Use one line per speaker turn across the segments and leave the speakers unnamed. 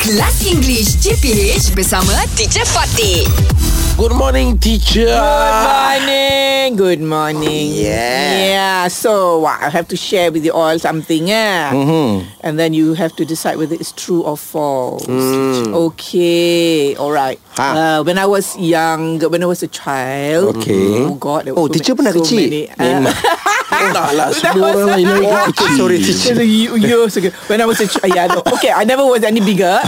Kelas English CPH bersama Teacher Fatih.
Good morning, teacher.
Good morning. Good morning.
Oh, Yeah.
Yeah. So what I have to share with you all something, yeah. Mm-hmm. And then you have to decide whether it's true or false. Okay. All right.
Mm. Ha.
Uh, when I was young, when I was a child.
Okay.
Oh God. there
Oh,
were so
teacher
many-
pernah
so
kecil?
many- uh,
Entah lah, semua
was-
orang lain. Oh, teacher, sorry, teacher.
Just a y- years ago. When I was a child, yeah, no. okay, I never was any bigger.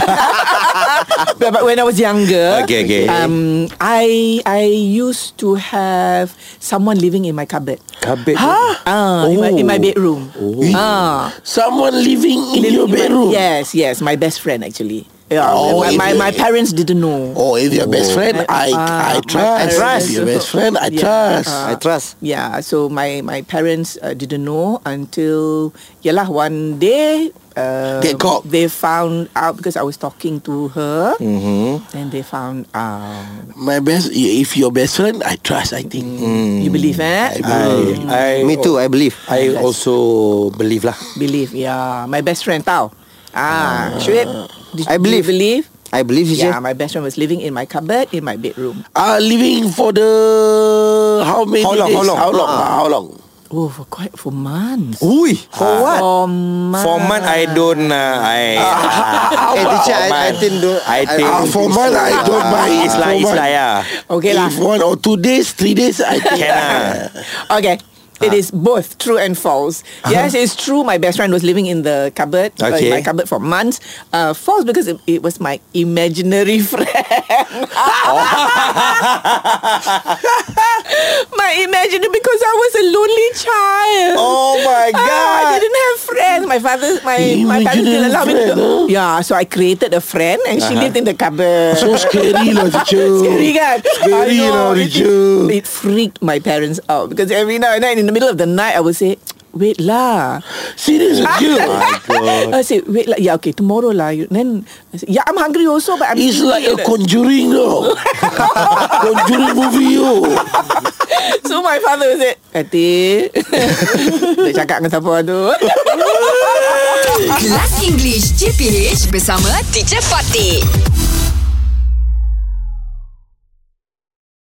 but, but when I was younger,
Okay, okay.
um, I I used to have someone living in my cupboard.
Cupboard.
Ah, in, my, in my bedroom.
Oh.
Ah,
Someone living in
living
your
in my-
bedroom.
yes, yes, my best friend actually. Yeah,
Oh,
my,
in
my,
the-
my parents didn't know.
Oh, if your best friend, I
Ah,
I trust.
I trust.
If your best friend, I
Yeah. Ah.
trust.
I trust.
Yeah, so my my parents uh, didn't know until yalah one day uh,
They got-
they found out because I was talking to her, mm-hmm. and they found um, out.
My best. If your best friend, I trust. I think.
Mm.
You believe
Mm. I
eh?
believe.
I, Me too, I believe.
I also believe lah.
believe, yeah. My best friend tau. Ah, Shuib, did
I
you
believe.
believe.
I believe, teacher.
Yeah, my best friend was living in my cupboard in my bedroom.
Ah, living for the how many
How long,
days?
how long?
How long?
Ah.
How long?
Oh, for quite for months.
Ui, for what?
Ah. For months.
For month I don't uh, I.
Ah. Eh, teacher,
For
I- I
month.
think don't-
I
I-
think. uh,
Ah, for month I don't buy.
It's
It's
like
for
it's
month.
like yeah.
Okay lah.
If one or two days, three days, I think.
Can ah.
Okay. It is both true and false. Yes, it's true. My best friend was living in the cupboard, uh, in
Okay.
my cupboard for months. Uh, false because it, it was my imaginary friend. my imaginary because I was a lonely child.
Oh my
Ah, I
god.
didn't have friends. My father, my
Eh,
my parents
Imaginary
didn't allow me to.
friend, huh? Uh-huh.
Yeah, so I created a friend, and she lived in the cupboard.
So scary lah, teacher.
Scary kan
Scary
I know,
lah,
it-
Richard.
It, it freaked my parents out Because every now and then In the middle of the night I would say Wait lah
Serious, teacher.
I say wait lah Yeah okay tomorrow lah you, Then I say, Yeah I'm hungry also But I'm
It's like a
sleepy."
conjuring no. conjuring movie yo.
So my father would say Adik Dia cakap dengan siapa tu
Kelas English CPH bersama Teacher Fatih.